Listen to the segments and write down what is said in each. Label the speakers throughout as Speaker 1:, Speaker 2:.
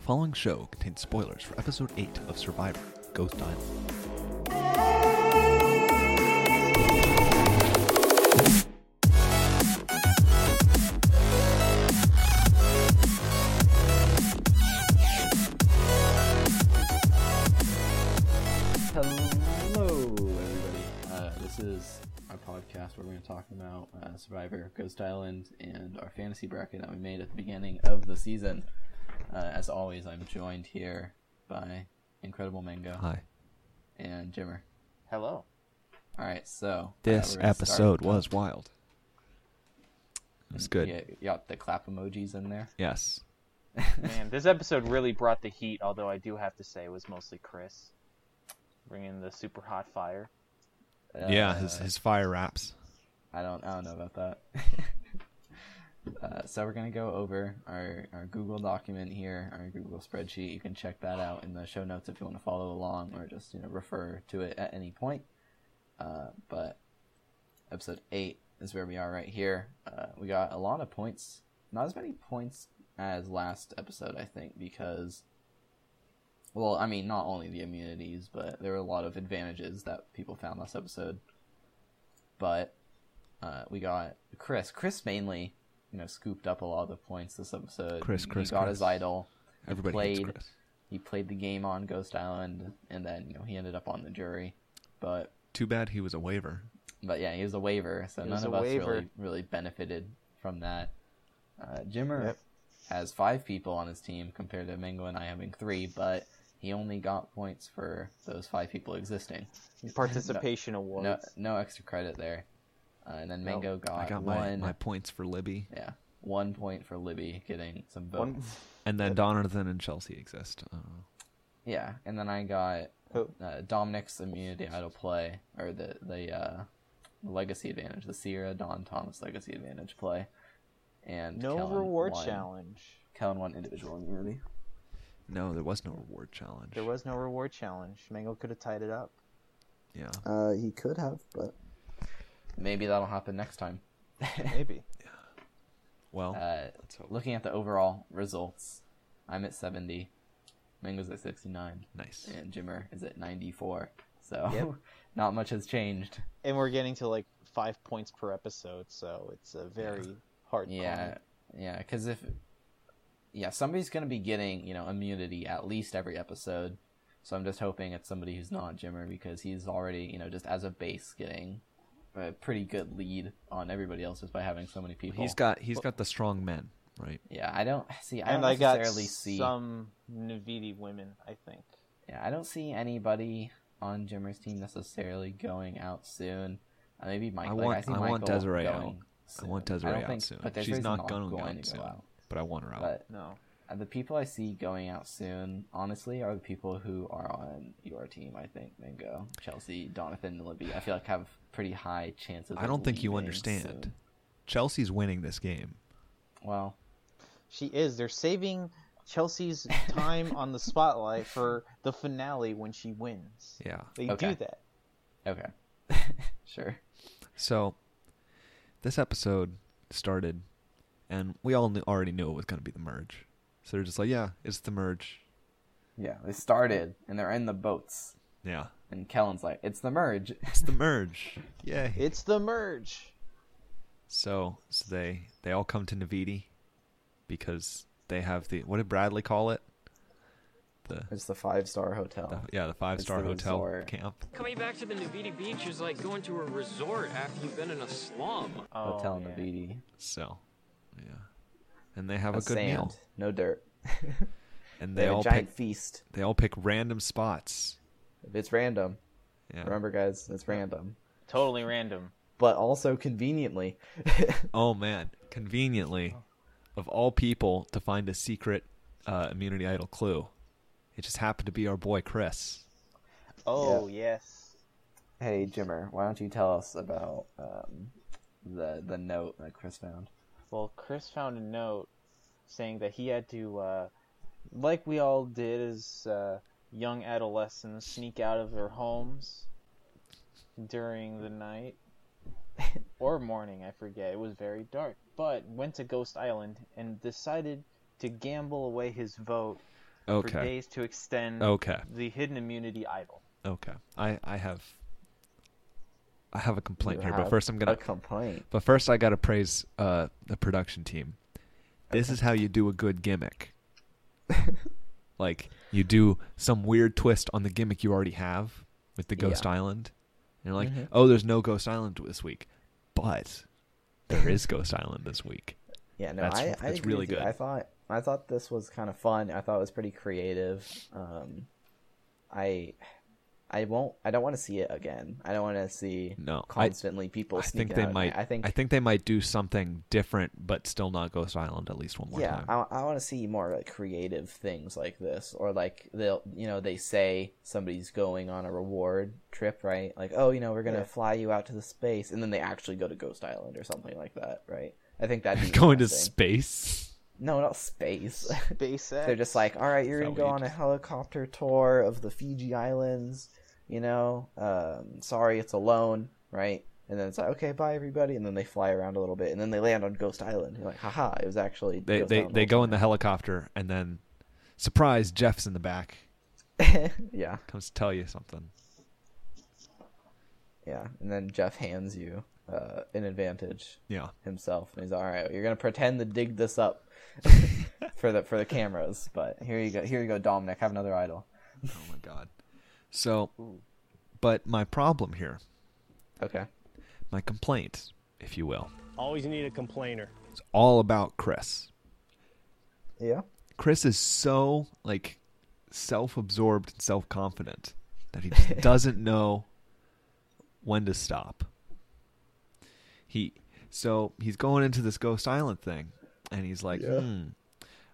Speaker 1: following show contains spoilers for episode 8 of Survivor Ghost Island.
Speaker 2: Hello, everybody. Uh, this is our podcast where we're going to talk about uh, Survivor, Ghost Island, and our fantasy bracket that we made at the beginning of the season. Uh, as always, I'm joined here by Incredible Mango
Speaker 1: Hi.
Speaker 2: and Jimmer.
Speaker 3: Hello.
Speaker 2: All right, so uh,
Speaker 1: This
Speaker 2: we're gonna start-
Speaker 1: episode was wild. It was good.
Speaker 2: Yeah, you got the clap emojis in there.
Speaker 1: Yes.
Speaker 3: Man, this episode really brought the heat, although I do have to say it was mostly Chris bringing the super hot fire.
Speaker 2: Uh,
Speaker 4: yeah, his his fire raps.
Speaker 2: I don't I don't know about that. Uh, so we're gonna go over our, our Google document here, our Google spreadsheet. You can check that out in the show notes if you want to follow along, or just you know refer to it at any point. Uh, but episode eight is where we are right here. Uh, we got a lot of points, not as many points as last episode, I think, because well, I mean, not only the immunities, but there were a lot of advantages that people found last episode. But uh, we got Chris. Chris mainly, you know, scooped up a lot of the points this episode.
Speaker 1: Chris, Chris,
Speaker 2: he got
Speaker 1: Chris.
Speaker 2: his idol. He
Speaker 1: Everybody
Speaker 2: played.
Speaker 1: hates Chris.
Speaker 2: He played the game on Ghost Island, and then you know he ended up on the jury. But
Speaker 4: Too bad he was a waiver.
Speaker 2: but yeah, he was a waiver, so
Speaker 3: He
Speaker 2: none
Speaker 3: was
Speaker 2: of
Speaker 3: a
Speaker 2: us
Speaker 3: waiver.
Speaker 2: really really benefited from that. Uh, Jimmer
Speaker 3: Yep.
Speaker 2: has five people on his team compared to Mingo and I having three, but he only got points for those five people existing.
Speaker 3: Participation awards.
Speaker 2: No, no extra credit there. Uh, and then Mango got,
Speaker 1: I got my,
Speaker 2: one,
Speaker 1: my points for Libby.
Speaker 2: yeah, one point for Libby getting some votes.
Speaker 3: One-
Speaker 1: And then Donovan and Chelsea exist. Uh, I don't know.
Speaker 2: Yeah, and then I got
Speaker 3: Who?
Speaker 2: uh, Dominic's immunity idle play or the the uh, legacy advantage, the Sierra Don Thomas legacy advantage play, and
Speaker 3: no
Speaker 2: Kellen
Speaker 3: reward
Speaker 2: won-
Speaker 3: challenge.
Speaker 2: Kellen won individual immunity.
Speaker 1: No, there was no reward challenge.
Speaker 3: There was no reward challenge. Mango could have tied it up.
Speaker 1: Yeah.
Speaker 5: Uh, he could have, but
Speaker 2: Maybe that'll happen next time.
Speaker 3: Maybe. Oh.
Speaker 1: Well,
Speaker 2: Uh,
Speaker 1: let's hope.
Speaker 2: looking at the overall results, I'm at 70, Mango's at 69,
Speaker 1: nice.
Speaker 2: and Jimmer is at 94. So
Speaker 3: Yep.
Speaker 2: not much has changed.
Speaker 3: and we're getting to like five points per episode, so it's a very hard
Speaker 2: Yeah,
Speaker 3: climb.
Speaker 2: yeah. Because if yeah, somebody's gonna be getting you know immunity at least every episode. So I'm just hoping it's somebody who's not Jimmer because he's already you know just as a base getting a pretty good lead on everybody else just by having so many people.
Speaker 1: He's got he's got the strong men, right?
Speaker 2: yeah. I don't see. I
Speaker 3: and
Speaker 2: don't
Speaker 3: I got
Speaker 2: necessarily see.
Speaker 3: some Navidi women, I think.
Speaker 2: Yeah, I don't see anybody on Jimmer's team necessarily going out soon. Uh, maybe Mike.
Speaker 1: I
Speaker 2: like,
Speaker 1: want-
Speaker 2: I, see
Speaker 1: I want
Speaker 2: Michael
Speaker 1: Desiree
Speaker 2: going
Speaker 1: out. I
Speaker 2: soon.
Speaker 1: want Desiree
Speaker 2: don't
Speaker 1: out
Speaker 2: think-
Speaker 1: soon.
Speaker 2: But
Speaker 1: She's
Speaker 2: Desiree's
Speaker 1: not,
Speaker 2: not
Speaker 1: gonna go
Speaker 2: going
Speaker 1: out
Speaker 2: to
Speaker 1: soon,
Speaker 2: go out.
Speaker 1: but I want her out.
Speaker 2: But
Speaker 3: No.
Speaker 2: Uh, the people I see going out soon, honestly, are the people who are on your team. I think Mingo, Chelsea, Donovan, and Libby. I feel like have pretty high chances.
Speaker 1: I
Speaker 2: of
Speaker 1: don't think you
Speaker 2: leaving
Speaker 1: understand.
Speaker 2: soon.
Speaker 4: Chelsea's winning this game.
Speaker 2: Well,
Speaker 3: She is. They're saving Chelsea's time on the spotlight for the finale when she wins.
Speaker 1: Yeah.
Speaker 3: They
Speaker 2: Okay.
Speaker 3: do that.
Speaker 2: okay, sure.
Speaker 1: So, this episode started, and we all knew, already knew it was going to be the merge. So they're just like, yeah, it's the merge.
Speaker 2: Yeah, they started and they're in the boats,
Speaker 1: Yeah,
Speaker 2: and Kellen's like, "It's the merge."
Speaker 1: it's the merge. Yay!
Speaker 3: It's the merge.
Speaker 1: so, so they they all come to Navidi because they have the what did Bradley call it? The,
Speaker 2: It's the five star hotel.
Speaker 1: the yeah the five star
Speaker 2: the
Speaker 1: hotel
Speaker 2: resort.
Speaker 1: camp.
Speaker 6: Coming back to the Navidi Beach is like going to a resort after you've been in a slum.
Speaker 3: Oh,
Speaker 2: hotel in
Speaker 3: yeah.
Speaker 2: Navidi.
Speaker 1: So, yeah, and they have a
Speaker 2: On
Speaker 1: good
Speaker 2: sand,
Speaker 1: meal,
Speaker 2: no dirt.
Speaker 1: and they,
Speaker 2: They, have
Speaker 1: all
Speaker 2: a giant
Speaker 1: pick
Speaker 2: feast.
Speaker 1: they all pick random spots.
Speaker 2: If it's random,
Speaker 1: Yeah.
Speaker 2: remember, guys, it's random.
Speaker 3: Totally random.
Speaker 2: But also conveniently,
Speaker 1: Oh man, conveniently, of all people to find a secret uh, immunity idol clue, it just happened to be our boy Chris.
Speaker 3: Oh yes.
Speaker 2: Hey Jimmer, why don't you tell us about um, the the note that Chris found?
Speaker 3: Well, Chris found a note saying that he had to, uh, like we all did as uh, young adolescents, sneak out of their homes during the night or morning. I forget. It was very dark, but went to Ghost Island and decided to gamble away his vote for
Speaker 1: Okay.
Speaker 3: days to extend
Speaker 2: Oh.
Speaker 1: Okay.
Speaker 3: the hidden immunity idol.
Speaker 1: Okay. I I have I have a complaint
Speaker 2: You
Speaker 1: here, but
Speaker 2: have
Speaker 1: first I'm gonna
Speaker 2: a complaint.
Speaker 1: but first I gotta praise uh the production team. This is how you do a good gimmick. like you do some weird twist on the gimmick you already have with the Ghost
Speaker 2: Yeah.
Speaker 1: Island. And you're like,
Speaker 2: Mhm.
Speaker 1: oh, there's no Ghost Island this week, but there is Ghost Island this week.
Speaker 2: Yeah, no,
Speaker 1: That's-
Speaker 2: I, I
Speaker 1: that's
Speaker 2: agree
Speaker 1: really
Speaker 2: with you.
Speaker 1: good.
Speaker 2: I thought I thought this was kind of fun. I thought it was pretty creative. Um, I I won't. I don't want to see it again. I don't want to see
Speaker 1: No, I-
Speaker 2: constantly people.
Speaker 1: I
Speaker 2: sneaking
Speaker 1: think they
Speaker 2: out.
Speaker 1: might.
Speaker 2: I think.
Speaker 1: I think they might do something different, but still not Ghost Island at least one more
Speaker 2: yeah,
Speaker 1: time.
Speaker 2: I, I want to see more like creative things like this, or like they'll you know they say somebody's going on a reward trip, right? Like oh you know we're gonna
Speaker 3: Yeah.
Speaker 2: fly you out to the space, and then they actually go to Ghost Island or something like that, right? I think that'd be
Speaker 1: Going to
Speaker 2: interesting.
Speaker 1: space.
Speaker 2: no, not space.
Speaker 3: SpaceX.
Speaker 2: They're just like, all right, you're
Speaker 1: Is
Speaker 2: gonna
Speaker 1: that
Speaker 2: go
Speaker 1: what
Speaker 2: on
Speaker 1: you
Speaker 2: a helicopter tour of the Fiji Islands. You know, um, sorry, it's alone, right? And then it's like, okay, bye everybody. And then they fly around a little bit, and then they land on Ghost Island. You're like, haha, it was actually.
Speaker 1: They
Speaker 2: Ghost
Speaker 1: they,
Speaker 2: Island
Speaker 1: they
Speaker 2: the
Speaker 1: go
Speaker 2: whole
Speaker 1: in the helicopter and then surprise Jeff's in the back
Speaker 2: time." yeah,
Speaker 1: comes to tell you something.
Speaker 2: yeah. And then Jeff hands you uh, an advantage
Speaker 1: Yeah.
Speaker 2: himself, and he's all right. You're gonna pretend to dig this up for the for the cameras, but here you go, here you go, Dominic. Have another idol.
Speaker 1: Oh my god. So, but my problem here,
Speaker 2: Okay.
Speaker 1: my complaint, if you will,
Speaker 5: Always need a complainer.
Speaker 1: is all about Chris.
Speaker 2: Yeah.
Speaker 1: Chris is so like self-absorbed and self-confident that he just doesn't know when to stop. He so he's going into this Ghost Island thing, and he's like, "Hmm,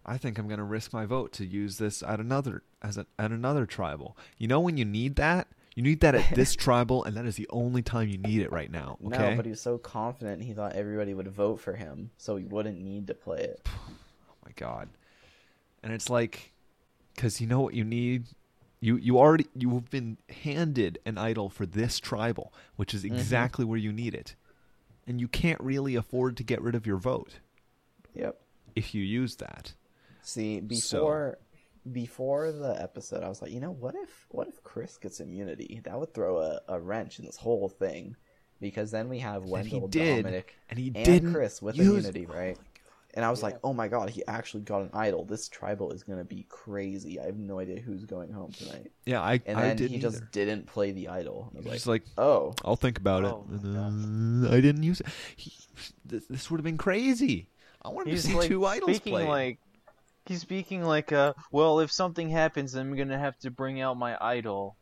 Speaker 1: I think I'm gonna risk my vote to use this at another as a, at another tribal." You know when you need that, you need that at this tribal, and that is the only time you need it right now. Okay,
Speaker 2: No, but he was so confident he thought everybody would vote for him, so he wouldn't need to play it.
Speaker 1: my god and it's like because you know what you need you you already you've been handed an idol for this tribal which
Speaker 3: Mm-hmm.
Speaker 1: is exactly where you need it and you can't really afford to get rid of your vote
Speaker 2: Yep.
Speaker 1: if you use that
Speaker 2: See, before before the episode, I was like, you know, what if what if Chris gets immunity? That would throw a, a wrench in this whole thing, because then we have
Speaker 1: And he
Speaker 2: Wendell,
Speaker 1: did
Speaker 2: Dominic,
Speaker 1: and he
Speaker 2: and
Speaker 1: didn't
Speaker 2: Chris with
Speaker 1: use- Oh
Speaker 2: immunity, right? And I was like, oh my god, he actually got an idol. This tribal is gonna be crazy. I have no idea who's going home tonight.
Speaker 1: yeah i,
Speaker 2: And
Speaker 1: I
Speaker 2: then
Speaker 1: didn't
Speaker 2: he just
Speaker 1: either.
Speaker 2: didn't play the idol. I was
Speaker 1: He was
Speaker 2: like,
Speaker 1: just like
Speaker 2: oh,
Speaker 1: i'll think about
Speaker 3: Oh
Speaker 1: it
Speaker 3: my
Speaker 1: and, uh, i didn't use it he, this, this would have been crazy i wanted
Speaker 3: He's
Speaker 1: to see
Speaker 3: like
Speaker 1: two idols
Speaker 3: speaking
Speaker 1: play
Speaker 3: like he's speaking like uh well if something happens I'm gonna have to bring out my idol.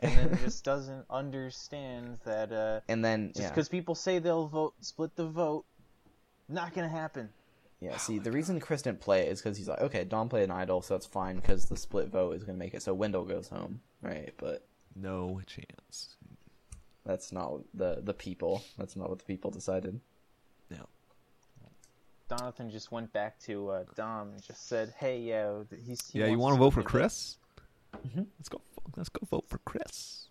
Speaker 3: And then just doesn't understand that uh
Speaker 2: and then
Speaker 3: just
Speaker 2: yeah.
Speaker 3: because people say they'll vote split the vote, not gonna happen.
Speaker 2: Yeah,
Speaker 1: Oh
Speaker 2: see, the reason Chris didn't play it is because he's like, okay, Don played an idol, so that's fine because the split vote is going to make it so Wendell goes home, right? But
Speaker 1: no chance
Speaker 2: that's not the the people. That's not what the people decided.
Speaker 1: no
Speaker 3: Donathan just went back to uh, Dom and just said, "Hey, yeah, th- he's he
Speaker 1: yeah, you
Speaker 3: want
Speaker 1: to vote for Chris?
Speaker 3: Mm-hmm.
Speaker 1: Let's go. vo- Let's go vote for Chris.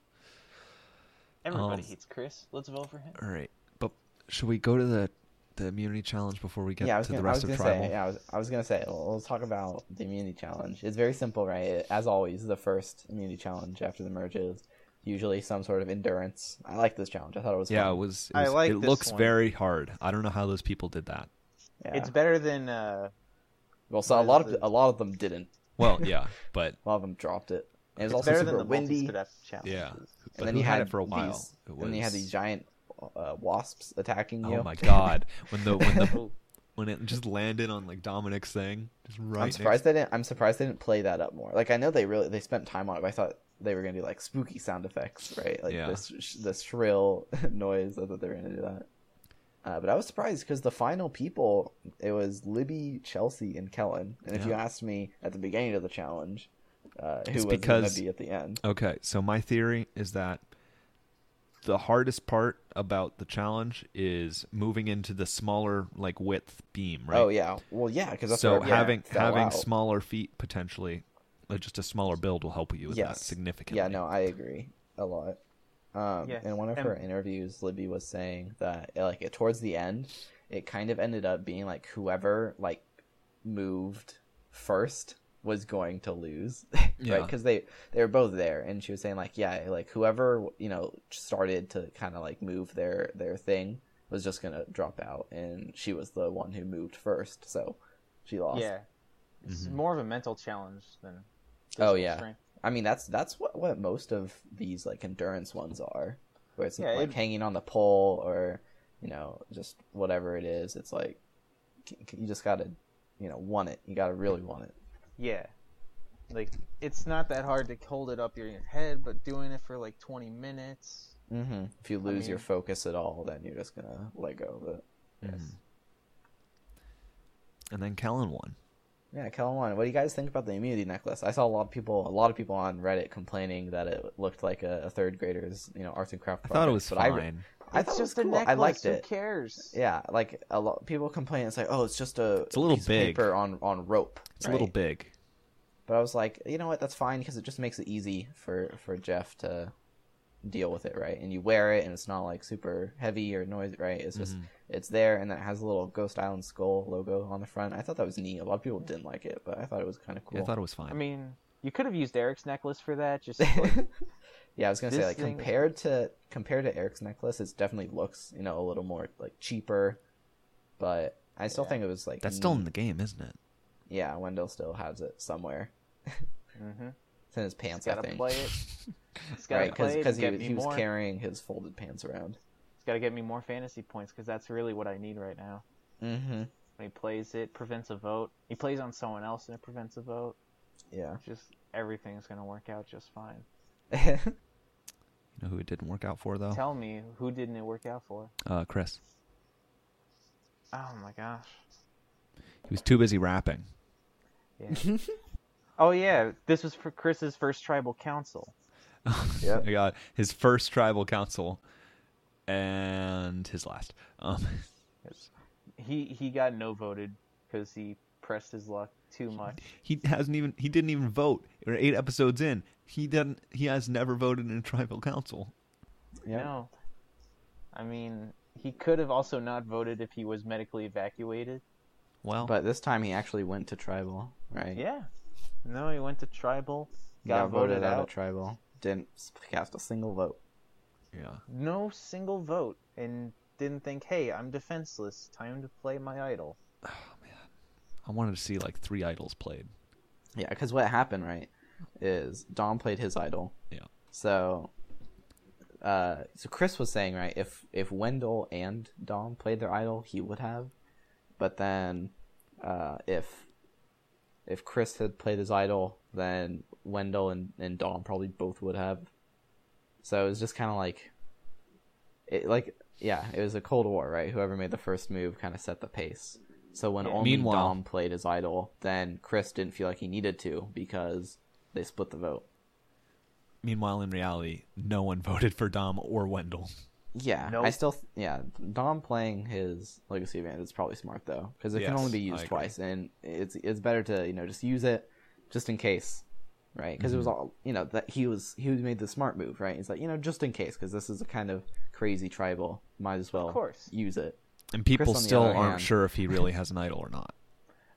Speaker 3: Everybody
Speaker 1: Oh.
Speaker 3: hates Chris. Let's vote for him."
Speaker 1: All right, but should we go to the the immunity challenge before we get
Speaker 2: yeah, I was
Speaker 1: to
Speaker 2: gonna,
Speaker 1: the
Speaker 2: I
Speaker 1: rest
Speaker 2: was
Speaker 1: of
Speaker 2: gonna
Speaker 1: tribal?
Speaker 2: say, yeah, I was, I was gonna say, well, let's talk about the immunity challenge. It's very simple, right? It- as always, the first immunity challenge after the merge is usually some sort of endurance. I like this challenge. I thought it was
Speaker 1: Yeah, it
Speaker 2: fun.
Speaker 1: was. It,
Speaker 3: I
Speaker 1: was-
Speaker 3: like
Speaker 1: it
Speaker 3: this
Speaker 1: looks
Speaker 3: one.
Speaker 1: very hard. I don't know how those people did that.
Speaker 2: Yeah.
Speaker 3: It's better than uh,
Speaker 2: well, so a lot of a lot of them didn't.
Speaker 1: Well, yeah, but
Speaker 2: A lot of them dropped it. And it was
Speaker 3: it's
Speaker 2: also
Speaker 3: better
Speaker 2: super
Speaker 3: than the
Speaker 2: windy.
Speaker 3: multi-step challenge.
Speaker 1: yeah. But
Speaker 2: and then
Speaker 1: who
Speaker 2: you
Speaker 1: had,
Speaker 2: had,
Speaker 1: it for a while.
Speaker 2: These,
Speaker 1: it
Speaker 2: And then you had
Speaker 1: was-
Speaker 2: these giant uh, wasps attacking
Speaker 1: Oh
Speaker 2: you.
Speaker 1: my god! When the when the when it just landed on like Dominic's thing, just right.
Speaker 2: I'm
Speaker 1: next-
Speaker 2: surprised they didn't. I'm surprised they didn't play that up more. Like I know they really they spent time on it. but I thought they were gonna do like spooky sound effects, right? Like
Speaker 1: Yeah.
Speaker 2: this sh- this shrill noise. I thought they were gonna do that. Uh, but I was surprised because the final people it was Libby, Chelsea, and Kellen. And if
Speaker 1: Yeah.
Speaker 2: you asked me at the beginning of the challenge, uh, who
Speaker 1: It's
Speaker 2: was it gonna
Speaker 1: because-
Speaker 2: be at the end?
Speaker 1: Okay, so my theory is that the hardest part about the challenge is moving into the smaller like width beam, right?
Speaker 2: Oh yeah, well yeah, because that's
Speaker 1: So
Speaker 2: where everyone
Speaker 1: having
Speaker 2: fell
Speaker 1: having
Speaker 2: out.
Speaker 1: smaller feet potentially, or just a smaller build will help you with that
Speaker 2: Yes.
Speaker 1: significantly.
Speaker 2: Yeah, no, I agree a lot. Um,
Speaker 3: Yes,
Speaker 2: In one of
Speaker 3: and-
Speaker 2: her interviews, Libby was saying that eh, like it, towards the end, it kind of ended up being like whoever like moved first was going to lose, right?
Speaker 4: Yeah.
Speaker 2: Because they they were both there, and she was saying like, yeah, like whoever you know started to kind of like move their their thing was just gonna drop out, and she was the one who moved first, so she lost.
Speaker 3: Yeah, it's
Speaker 1: Mm-hmm.
Speaker 3: more of a mental challenge than.
Speaker 2: Oh
Speaker 3: physical
Speaker 2: yeah.
Speaker 3: strength.
Speaker 2: I mean that's that's what what most of these like endurance ones are, where it's
Speaker 3: Yeah,
Speaker 2: like
Speaker 3: it-
Speaker 2: hanging on the pole or you know just whatever it is. It's like c- c- you just gotta you know want it. You gotta really want it.
Speaker 3: Yeah, like it's not that hard to hold it up your head, but doing it for like 20 minutes.
Speaker 2: Mm-hmm. If you lose
Speaker 3: mean-
Speaker 2: your focus at all, then you're just gonna let go of it.
Speaker 1: And then Kellen won.
Speaker 2: Yeah, Kellen, what do you guys think about the immunity necklace? I saw a lot of people, a lot of people on Reddit complaining that it looked like a, a third grader's, you know, arts and craft.
Speaker 1: I thought it
Speaker 2: project,
Speaker 1: was
Speaker 2: but
Speaker 1: fine.
Speaker 2: I, re- I
Speaker 3: it's
Speaker 2: thought it
Speaker 3: just
Speaker 2: was
Speaker 3: a
Speaker 2: cool.
Speaker 3: necklace.
Speaker 2: I liked
Speaker 3: Who
Speaker 2: it.
Speaker 3: cares?
Speaker 2: Yeah, like a lot people complain. It's like, oh, it's just a it's
Speaker 1: a little
Speaker 2: piece of
Speaker 1: big.
Speaker 2: paper on on rope.
Speaker 1: It's a little
Speaker 2: right?
Speaker 1: big.
Speaker 2: But I was like, you know what? That's fine because it just makes it easy for for Jeff to deal with it, right? And you wear it, and it's not like super heavy or noisy, right? It's
Speaker 1: Mm-hmm.
Speaker 2: just it's there, and then it has a little Ghost Island skull logo on the front. I thought that was neat. A lot of people didn't like it, but I thought it was kind of cool.
Speaker 1: I thought it was fine.
Speaker 3: I mean, you could have used Eric's necklace for that. Just like,
Speaker 2: yeah, I was gonna say
Speaker 3: this
Speaker 2: like
Speaker 3: thing-
Speaker 2: compared to compared to Eric's necklace, it definitely looks you know a little more like cheaper, but I still
Speaker 3: Yeah.
Speaker 2: think it was like
Speaker 1: That's still
Speaker 2: neat.
Speaker 1: in the game, isn't it?
Speaker 2: Yeah, Wendell still has it somewhere.
Speaker 3: Mhm.
Speaker 2: It's in his pants, I
Speaker 3: gotta
Speaker 2: think.
Speaker 3: play it. It's gotta
Speaker 2: right,
Speaker 3: play it.
Speaker 2: because
Speaker 3: to
Speaker 2: he,
Speaker 3: get me
Speaker 2: he was
Speaker 3: more.
Speaker 2: carrying his folded pants around.
Speaker 3: It's gotta get me more fantasy points because that's really what I need right now.
Speaker 2: Mm-hmm.
Speaker 3: When he plays it, prevents a vote. He plays on someone else and it prevents a vote.
Speaker 2: Yeah.
Speaker 3: Just everything's gonna work out just fine.
Speaker 1: You know who it didn't work out
Speaker 2: Oh.
Speaker 1: for though?
Speaker 3: Tell me, who didn't it work out for?
Speaker 1: Uh, Chris.
Speaker 3: Oh my gosh.
Speaker 1: He was too busy rapping.
Speaker 3: Yeah. oh yeah, this was for Chris's first tribal council.
Speaker 2: Yep.
Speaker 1: I got his first tribal council, and his last. Um,
Speaker 3: He he got no voted because he pressed his luck too much.
Speaker 1: he hasn't even. He didn't even vote. We're eight episodes in. He didn't. He has never voted in a tribal council.
Speaker 2: Yeah.
Speaker 3: No. I mean, he could have also not voted if he was medically evacuated.
Speaker 1: Well,
Speaker 2: But this time he actually went to tribal, right?
Speaker 3: Yeah. No, he went to tribal,
Speaker 2: He
Speaker 3: got, voted, out.
Speaker 2: of tribal. Didn't cast a single vote.
Speaker 1: yeah.
Speaker 3: no single vote, and didn't think, hey, I'm defenseless. Time to play my idol.
Speaker 1: I wanted to see like three idols played.
Speaker 2: Yeah, because what happened, right, is Dom played his idol.
Speaker 1: Yeah.
Speaker 2: So, uh, so Chris was saying, right, if if Wendell and Dom played their idol, he would have. But then, uh, if if Chris had played his idol, then Wendell and, and Dom probably both would have. So it was just kind of like, it like yeah, it was a cold war, right? Whoever made the first move kind of set the pace. So when only
Speaker 1: Meanwhile-
Speaker 2: Dom played his idol, then Chris didn't feel like he needed to because they split the vote.
Speaker 1: Meanwhile, in reality, no one voted for Dom or Wendell.
Speaker 2: Yeah, I
Speaker 3: Nope.
Speaker 2: still th- yeah. Dom playing his legacy event is probably smart though because it can
Speaker 1: Yes,
Speaker 2: only be
Speaker 1: I
Speaker 2: used
Speaker 1: agree.
Speaker 2: twice, and it's it's better to you know just use it just in case, right? Because it was
Speaker 3: Mm-hmm.
Speaker 2: all you know that he was he was made the smart move, right? It's like you know just in case because this is a kind of crazy tribal. Might as well
Speaker 3: course.
Speaker 2: use it.
Speaker 1: And people
Speaker 2: on the
Speaker 1: still
Speaker 2: other
Speaker 1: aren't
Speaker 2: hand-
Speaker 1: sure if he really has an idol or not.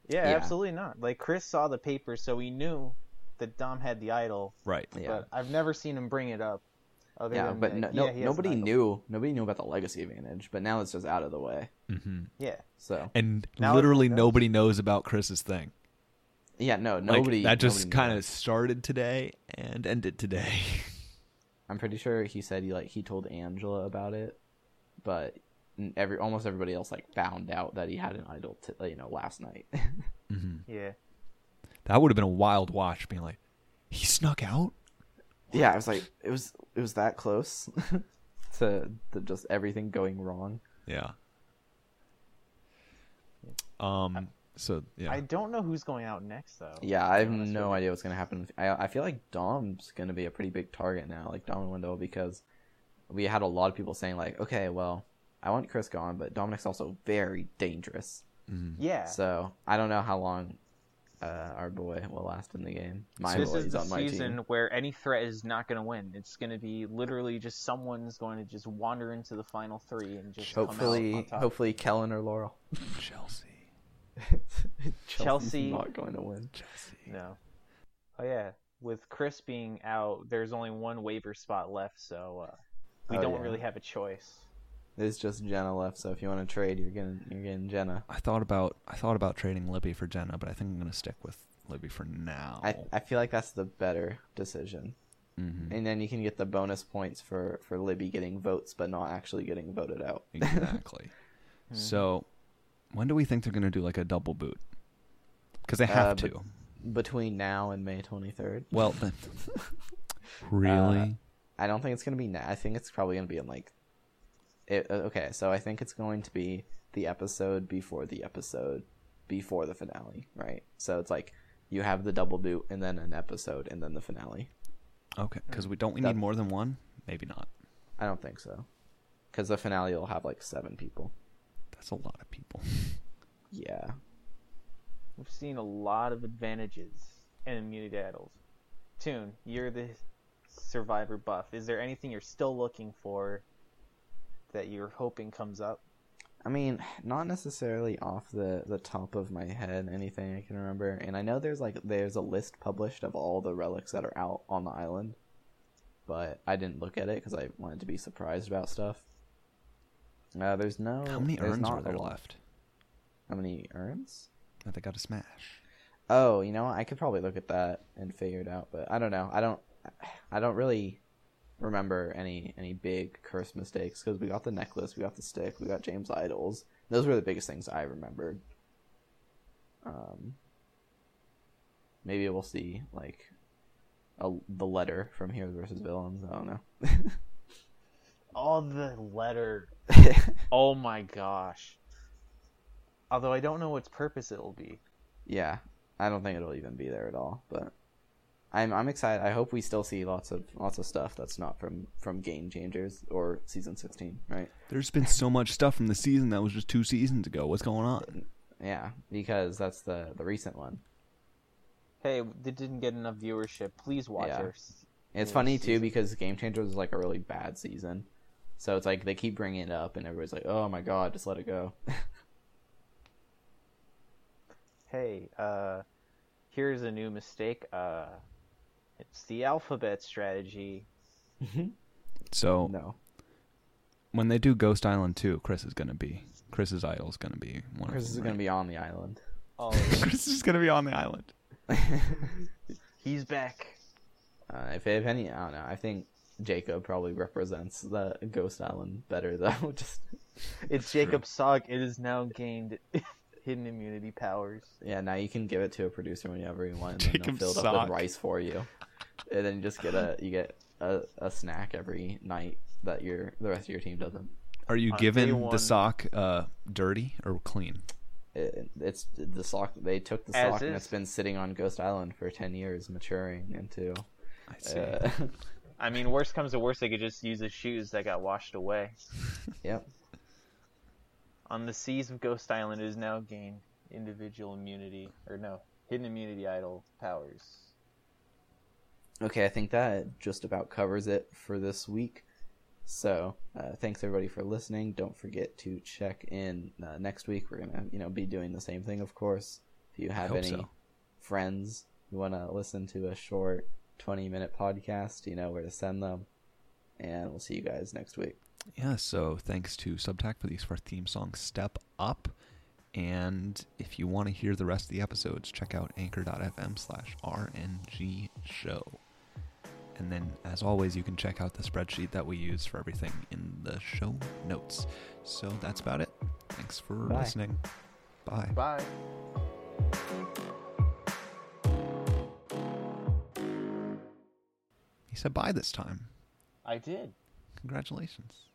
Speaker 3: Yeah,
Speaker 2: Yeah.
Speaker 3: absolutely not. Like Chris saw the paper, so he knew that Dom had the idol.
Speaker 1: Right.
Speaker 2: Yeah,
Speaker 3: But I've never seen him bring it up. Other
Speaker 2: yeah,
Speaker 3: than
Speaker 2: but
Speaker 3: like,
Speaker 2: no,
Speaker 3: yeah,
Speaker 2: no
Speaker 3: he has an
Speaker 2: nobody
Speaker 3: idol.
Speaker 2: knew nobody knew about the legacy advantage, but now it's just out of the way.
Speaker 3: Yeah,
Speaker 2: So
Speaker 1: And
Speaker 3: Now
Speaker 1: literally
Speaker 3: everyone knows.
Speaker 1: nobody knows about Chris's thing.
Speaker 2: yeah, no,
Speaker 1: Like,
Speaker 2: nobody
Speaker 1: that just
Speaker 2: nobody knew.
Speaker 1: kind of started today and ended today.
Speaker 2: I'm pretty sure he said he like he told Angela about it, but n- every almost everybody else like found out that he had an idol, t- you know, last night.
Speaker 3: yeah.
Speaker 1: that would have been a wild watch, being like, he snuck out.
Speaker 2: yeah, I was like, it was it was that close to, to just everything going wrong.
Speaker 1: Yeah. Um. So yeah,
Speaker 3: I don't know who's going out next though.
Speaker 2: Yeah, I have no idea what's gonna happen. I I feel like Dom's gonna be a pretty big target now, like Dom and Wendell, because we had a lot of people saying like, okay, well, I want Chris gone, but Dominic's also very dangerous.
Speaker 3: Yeah.
Speaker 2: So I don't know how long uh, our boy will last in the game. My
Speaker 3: this
Speaker 2: boy
Speaker 3: is
Speaker 2: is
Speaker 3: the
Speaker 2: on my
Speaker 3: season
Speaker 2: team.
Speaker 3: where any threat is not going to win. It's going to be literally just someone's going to just wander into the final three and just come out
Speaker 2: Hopefully,
Speaker 3: on top.
Speaker 2: hopefully Kellen or Laurel.
Speaker 1: Chelsea.
Speaker 3: Chelsea-
Speaker 2: not going to win.
Speaker 3: No. Oh yeah, with Chris being out, there's only one waiver spot left, so uh, we
Speaker 2: Oh,
Speaker 3: don't
Speaker 2: yeah.
Speaker 3: really have a choice.
Speaker 2: There's just Jenna left, so if you want to trade, you're getting you're getting Jenna.
Speaker 1: I thought about I thought about trading Libby for Jenna, but I think I'm gonna stick with Libby for now.
Speaker 2: I I feel like that's the better decision.
Speaker 3: Mm-hmm.
Speaker 1: Mhm.
Speaker 2: And then you can get the bonus points for for Libby getting votes, but not actually getting voted out.
Speaker 1: exactly.
Speaker 2: Hmm.
Speaker 1: So, when do we think they're gonna do like a double boot? Because they have
Speaker 2: Uh, but-
Speaker 1: to.
Speaker 2: Between now and May 23rd,
Speaker 1: Well, then.
Speaker 2: Uh,
Speaker 1: really?
Speaker 2: I don't think it's gonna be. Na- I think it's probably gonna be in like. It, uh, okay, so I think it's going to be the episode before the episode before the finale, right? So it's like you have the double boot and then an episode and then the finale.
Speaker 1: okay, because we don't we
Speaker 2: uh, that-
Speaker 1: need more than one? Maybe not.
Speaker 2: I don't think so, because the finale will have like seven people.
Speaker 1: That's a lot of people.
Speaker 2: Yeah,
Speaker 3: We've seen a lot of advantages in immunity battles. Tune, you're the survivor buff. Is there anything you're still looking for that you're hoping comes up?
Speaker 2: I mean, not necessarily off the the top of my head anything I can remember, and I know there's like there's a list published of all the relics that are out on the island, but I didn't look at it because I wanted to be surprised about stuff. Uh, there's no
Speaker 1: How many
Speaker 2: there's
Speaker 1: urns
Speaker 2: not
Speaker 1: were there
Speaker 2: a-
Speaker 1: left
Speaker 2: How many urns?
Speaker 1: that they got to smash?
Speaker 2: Oh, you know, what? I could probably look at that and figure it out, but I don't know. I don't, I don't really remember any any big curse mistakes because we got the necklace, we got the stick, we got James Idols. Those were the biggest things I remembered. Um, maybe we'll see like a, the letter from Heroes versus Villains. I don't know.
Speaker 3: All the letter. oh my gosh. Although I don't know its purpose it'll be.
Speaker 2: yeah, I don't think it'll even be there at all, but I'm I'm excited. I hope we still see lots of lots of stuff that's not from from Game Changers or season 16, right?
Speaker 1: There's been so much stuff from the season that was just two seasons ago. What's going on?
Speaker 2: Yeah, because that's the the recent one.
Speaker 3: Hey, it didn't get enough viewership. Please watch
Speaker 2: Yeah.
Speaker 3: our
Speaker 2: And it's
Speaker 3: Yeah,
Speaker 2: funny too
Speaker 3: season.
Speaker 2: because Game Changers is like a really bad season. So it's like they keep bringing it up and everybody's like, "Oh my god, just let it go."
Speaker 3: hey, uh, here's a new mistake. Uh, it's the alphabet strategy.
Speaker 1: So
Speaker 2: no.
Speaker 1: when they do Ghost Island 2, Chris is gonna be Chris's idol is gonna be one of
Speaker 2: Chris is
Speaker 1: them,
Speaker 2: going to
Speaker 1: right?
Speaker 2: be on the island.
Speaker 3: Oh,
Speaker 1: Chris is gonna be on the island.
Speaker 3: he's back.
Speaker 2: Uh, if, if any, I don't know. I think Jacob probably represents the Ghost Island better though. just
Speaker 3: It's Jacob Sog. It is now gained hidden immunity powers.
Speaker 2: Yeah, now you can give it to a producer whenever you want, and then they'll
Speaker 1: Jacob
Speaker 2: fill it up
Speaker 1: Sock.
Speaker 2: with rice for you, and then you just get a you get a, a snack every night that your the rest of your team doesn't.
Speaker 1: Are you
Speaker 3: On day
Speaker 1: giving
Speaker 3: one.
Speaker 1: the sock uh, dirty or clean?
Speaker 2: It, it's the sock they took the
Speaker 3: As
Speaker 2: sock and
Speaker 3: is.
Speaker 2: it's been sitting on Ghost Island for ten years, maturing into.
Speaker 1: I see.
Speaker 2: Uh,
Speaker 3: I mean, worst comes to worst, they could just use his shoes that got washed away.
Speaker 2: yep.
Speaker 3: On the seas of Ghost Island, it is now gained individual immunity, or no, hidden immunity idol powers.
Speaker 2: Okay, I think that just about covers it for this week. So, uh, thanks everybody for listening. Don't forget to check in uh, next week. We're gonna, you know, be doing the same thing, of course. If you have
Speaker 1: hope
Speaker 2: any
Speaker 1: so.
Speaker 2: friends who want to listen to a short twenty-minute podcast, you know where to send them. And we'll see you guys next week.
Speaker 1: Yeah, so thanks to Subtac for the use of our theme song Step Up. And if you want to hear the rest of the episodes, check out anchor.fm slash RNG show. And then, as always, you can check out the spreadsheet that we use for everything in the show notes. So that's about it. Thanks for
Speaker 2: Bye.
Speaker 1: listening. Bye.
Speaker 3: Bye.
Speaker 1: He said bye this time.
Speaker 3: I did.
Speaker 1: Congratulations.